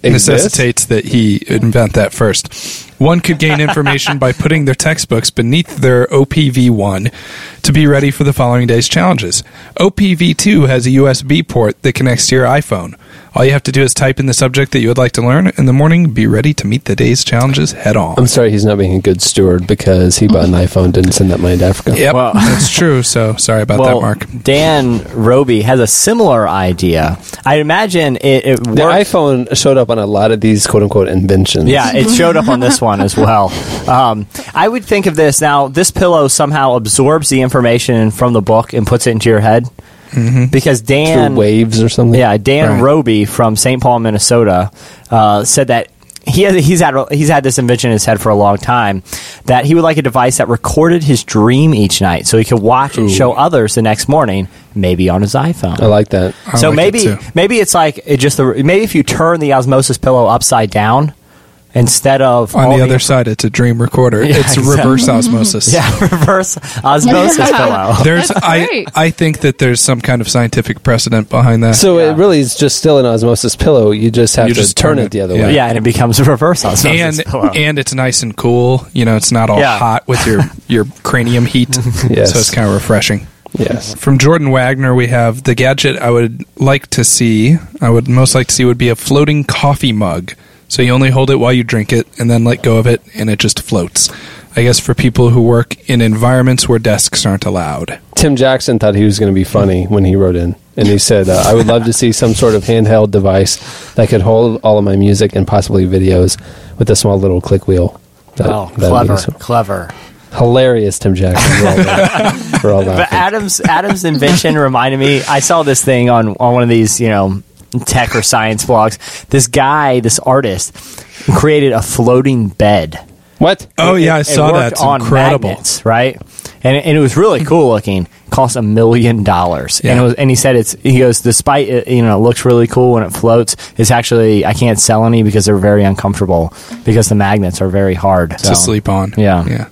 Exists?
necessitates that he invent that first, one could gain information by putting their textbooks beneath their OPV1 to be ready for the following day's challenges. OPV2 has a USB port that connects to your iPhone. All you have to do is type in the subject that you would like to learn in the morning, be ready to meet the day's challenges head on.
I'm sorry he's not being a good steward because he bought an iPhone, didn't send that money to Africa.
Yep,
Well-
that's true. So sorry about that, Mark.
Dan Roby has a similar idea. I imagine it, it
The
worked-
iPhone showed up on a lot of these quote unquote inventions.
Yeah, it showed up on this one as well. Um, I would think of this now. This pillow somehow absorbs the information from the book and puts it into your head because
Through
Dan
waves or something.
yeah, Dan
Right.
Roby from St. Paul, Minnesota, uh, said that he has, he's had he's had this invention in his head for a long time that he would like a device that recorded his dream each night so he could watch and show others the next morning, maybe on his iPhone.
I like that.
I
so
like it
maybe
too.
maybe it's like it just the maybe if you turn the osmosis pillow upside down instead of
on
all
the other side, it's a dream recorder.
Yeah,
it's
exactly.
reverse osmosis.
yeah reverse osmosis pillow.
There's
That's
I
great.
I think that there's some kind of scientific precedent behind that.
So it really is just still an osmosis pillow. You just have
You
to
just
turn,
turn
it,
it.
the other
Yeah.
way.
Yeah, and it becomes a reverse osmosis
and
pillow.
and it's nice and cool. You know, it's not all
Yeah.
hot with your your cranium heat.
Yes.
So it's kind of refreshing.
Yes.
From Jordan Wagner, we have the gadget I would like to see. I would most like to see would be a floating coffee mug. So you only hold it while you drink it, and then let go of it, and it just floats. I guess for people who work in environments where desks aren't allowed.
Tim Jackson thought he was going to be funny when he wrote in, and he said, uh, "I would love to see some sort of handheld device that could hold all of my music and possibly videos with a small little click wheel." That-
oh,
that'd be
clever,
so-
clever.
hilarious, Tim Jackson. We're all laughing. We're all
But
laughing.
Adam's Adam's invention reminded me. I saw this thing on on one of these, you know, tech or science blogs. This guy, this artist, created a floating bed.
What?
Oh
It-
yeah, I
it
saw that.
worked
It's
on
incredible.
magnets, right? And it, and it was really cool looking. Cost a million dollars, and
Yeah.
it was. And he said it's. He goes, despite it, you know, it looks really cool when it floats. It's actually I can't sell any because they're very uncomfortable because the magnets are very hard so-
to sleep on.
Yeah.
yeah,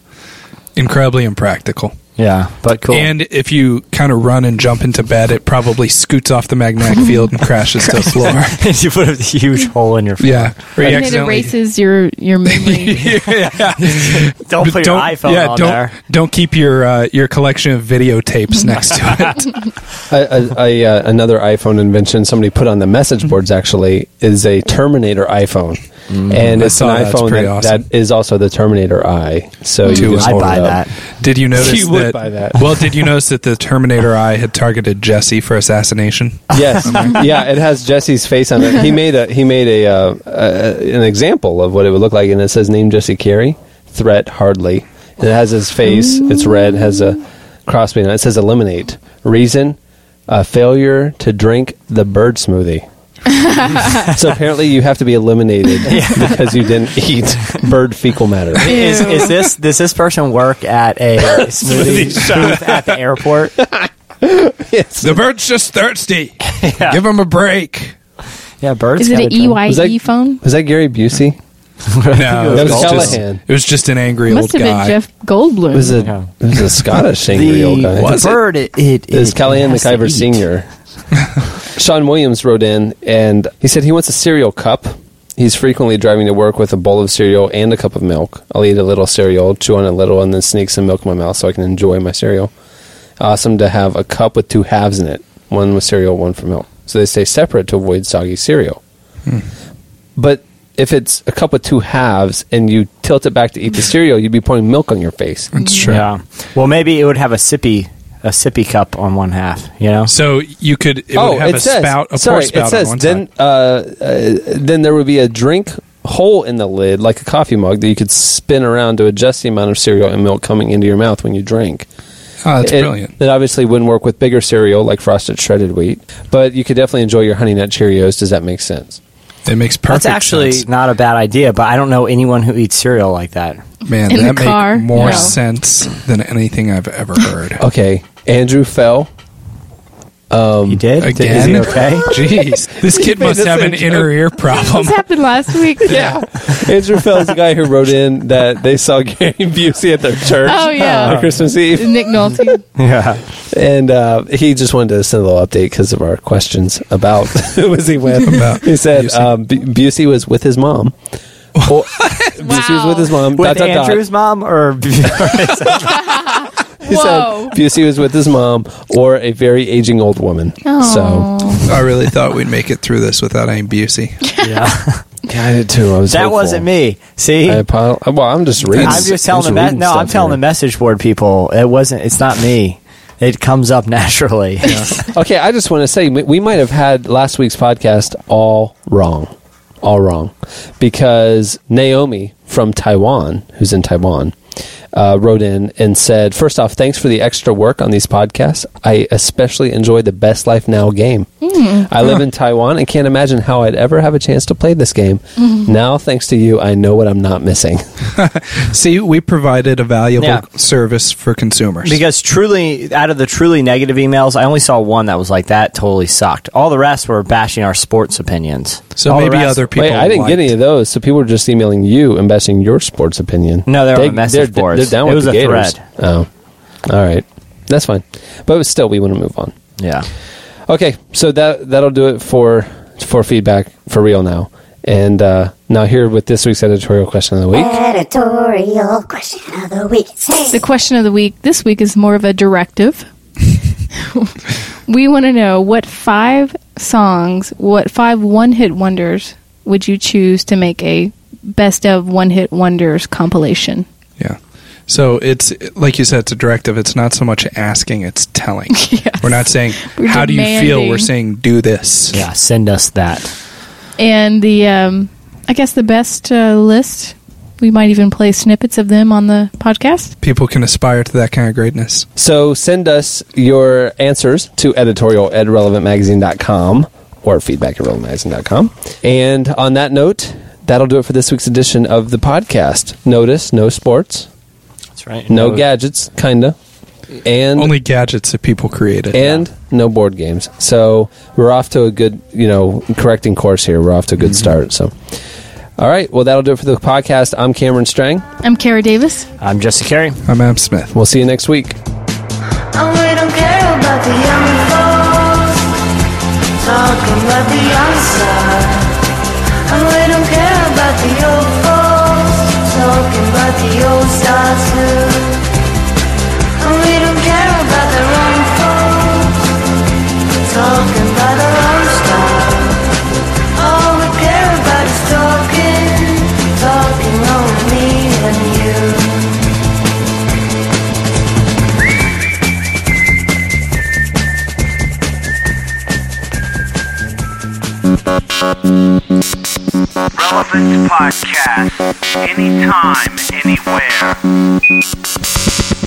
incredibly impractical.
Yeah, but cool.
And if you kind of run and jump into bed, it probably scoots off the magnetic field and crashes to the floor.
you put a huge hole in your. phone.
Yeah, or you
And it
accidentally-
erases your your memory.
Don't put your iPhone
yeah,
on
don't,
there.
Don't keep your uh, your collection of videotapes next to it.
I, I, I, uh, another iPhone invention somebody put on the
Mm-hmm.
message boards actually is a Terminator iPhone, and
Mm-hmm. I
it's an
saw that. It's
iPhone
pretty
that,
awesome.
that is also the Terminator Eye. So you
Dude,
just
I'd
hold
buy
it up.
that.
Did you notice
You would
that,
buy that.
Well, did you notice that the Terminator Eye had targeted Jesse for assassination?
Yes, yeah, it has Jesse's face on it. He made a he made a uh, uh, an example of what it would look like, and it says "Name Jesse Carey, Threat Hardly." And it has his face. It's red. Has a crossbeam. and It says "Eliminate Reason." Uh, failure to drink the bird smoothie. so apparently, you have to be eliminated because you didn't eat bird fecal matter.
Is, is this does this person work at a smoothie booth at the airport?
The bird's just thirsty. Give him a break.
Yeah, birds.
Is it E
gotta
an
drink.
EYE
Was that-
phone?
Was that Gary Busey?
No,
That
it
was
was, just,
Callahan.
it was just an angry
Must
old
have been
guy.
Jeff Goldblum.
It was a
Yeah.
it was a Scottish angry old guy.
The,
Was it?
the bird. It, it,
is
it
Callahan
has to
McIver
eat.
Sr. Sean Williams wrote in and he said he wants a cereal cup. He's frequently driving to work with a bowl of cereal and a cup of milk. I'll eat a little cereal, chew on a little, and then sneak some milk in my mouth so I can enjoy my cereal. Awesome to have a cup with two halves in it one with cereal, one for milk. So they stay separate to avoid soggy cereal.
Hmm.
But if it's a cup with two halves and you tilt it back to eat the cereal, you'd be pouring milk on your face.
It's true.
Yeah. Well, maybe it would have a sippy a sippy cup on one half. You know.
So you could it would have a spout, a
Oh, sorry,
pour spout
it says
on one
then
side.
uh, uh, then there would be a drink hole in the lid like a coffee mug that you could spin around to adjust the amount of cereal and milk coming into your mouth when you drink.
Oh, that's
it,
brilliant.
It obviously wouldn't work with bigger cereal like frosted shredded wheat, but you could definitely enjoy your honey nut Cheerios. Does that make sense?
It makes perfect
That's actually
sense.
not a bad idea, but I don't know anyone who eats cereal like that.
Man,
In the
that makes
car?
more
No.
sense than anything I've ever heard.
Okay, Andrew fell.
you
Mm.
did? Is
Again?
he okay?
Jeez, this kid must
the
have
same
an inner ear problem.
this happened last week.
Yeah, Andrew fell is the guy who wrote in that they saw Gary Busey at their church
Oh, yeah.
on Christmas Eve.
Nick Nolte.
yeah.
And uh, he just wanted to send a little update because of our questions about who was he with.
About
he said
Busey.
Um, B- Busey was with his mom. Or- Busey was with his mom.
With
dot, dot, dot.
Andrew's mom or
He
Whoa.
said Busey was with his mom or a very aging old woman.
Oh.
So
I really thought we'd make it through this without Aim Busey.
yeah.
yeah, I did too. I was
that
hopeful.
wasn't me. See,
I
I'm
apo- well, I'm just reading.
just telling the
I'm
me-
reading
no. I'm
stuff
telling the
here.
message board people. It wasn't. It's not me. It comes up naturally.
Okay, I just want to say we- we might have had last week's podcast all wrong. All wrong. Because Naomi from Taiwan, who's in Taiwan, uh, wrote in and said, First off, thanks for the extra work on these podcasts. I especially enjoy the Best Life Now game. I live in Taiwan and can't imagine how I'd ever have a chance to play this game. Now, thanks to you, I know what I'm not missing.
See, we provided a valuable
Yeah.
service for consumers.
Because truly, out of the truly negative emails, I only saw one that was like that totally sucked. All the rest were bashing our sports opinions.
so
All the
maybe
rest-
other people.
Wait, I didn't get
liked-
any of those, so people were just emailing you and bashing your sports opinion.
No, they were on message
they're,
boards.
They're down
It
with
was
the
a
Gators.
thread.
Oh, all right, that's fine. But still, we want to move on.
Yeah,
Okay, so that that'll do it for for feedback for real now. And uh, now here with this week's editorial question of the week.
Editorial question of the week.
The question of the week this week is more of a directive. we want to know what five songs, what five one hit wonders would you choose to make a best of one hit wonders compilation?
Yeah. So it's like you said, it's a directive. It's not so much asking; it's telling. We're not saying
We're
how do you feel.
demanding.
We're saying do this.
yeah. Send us that.
And the, um, I guess the best uh, list, we might even play snippets of them on the podcast.
People can aspire to that kind of greatness.
So send us your answers to editorial at relevantmagazine.com or feedback at relevantmagazine.com. And on that note, That'll do it for this week's edition of the podcast. Notice no sports,
That's right.
no gadgets, kinda, and
Only gadgets that people created.
and no board games. So we're off to a good, you know, correcting course here. We're off to a good start. So, all right. Well, that'll do it for the podcast. I'm Cameron Strang.
I'm Kara Davis.
I'm Jessica Carey.
I'm Ab Smith.
We'll see you next week.
And Oh, we don't care about the young folks Talking about the young side And we don't care about the old folks Talking about the old stars too And we don't care about the wrong folks Talking about the wrong stars All we care about is talking Talking on me and you
Relevance Podcast. Anytime, anywhere.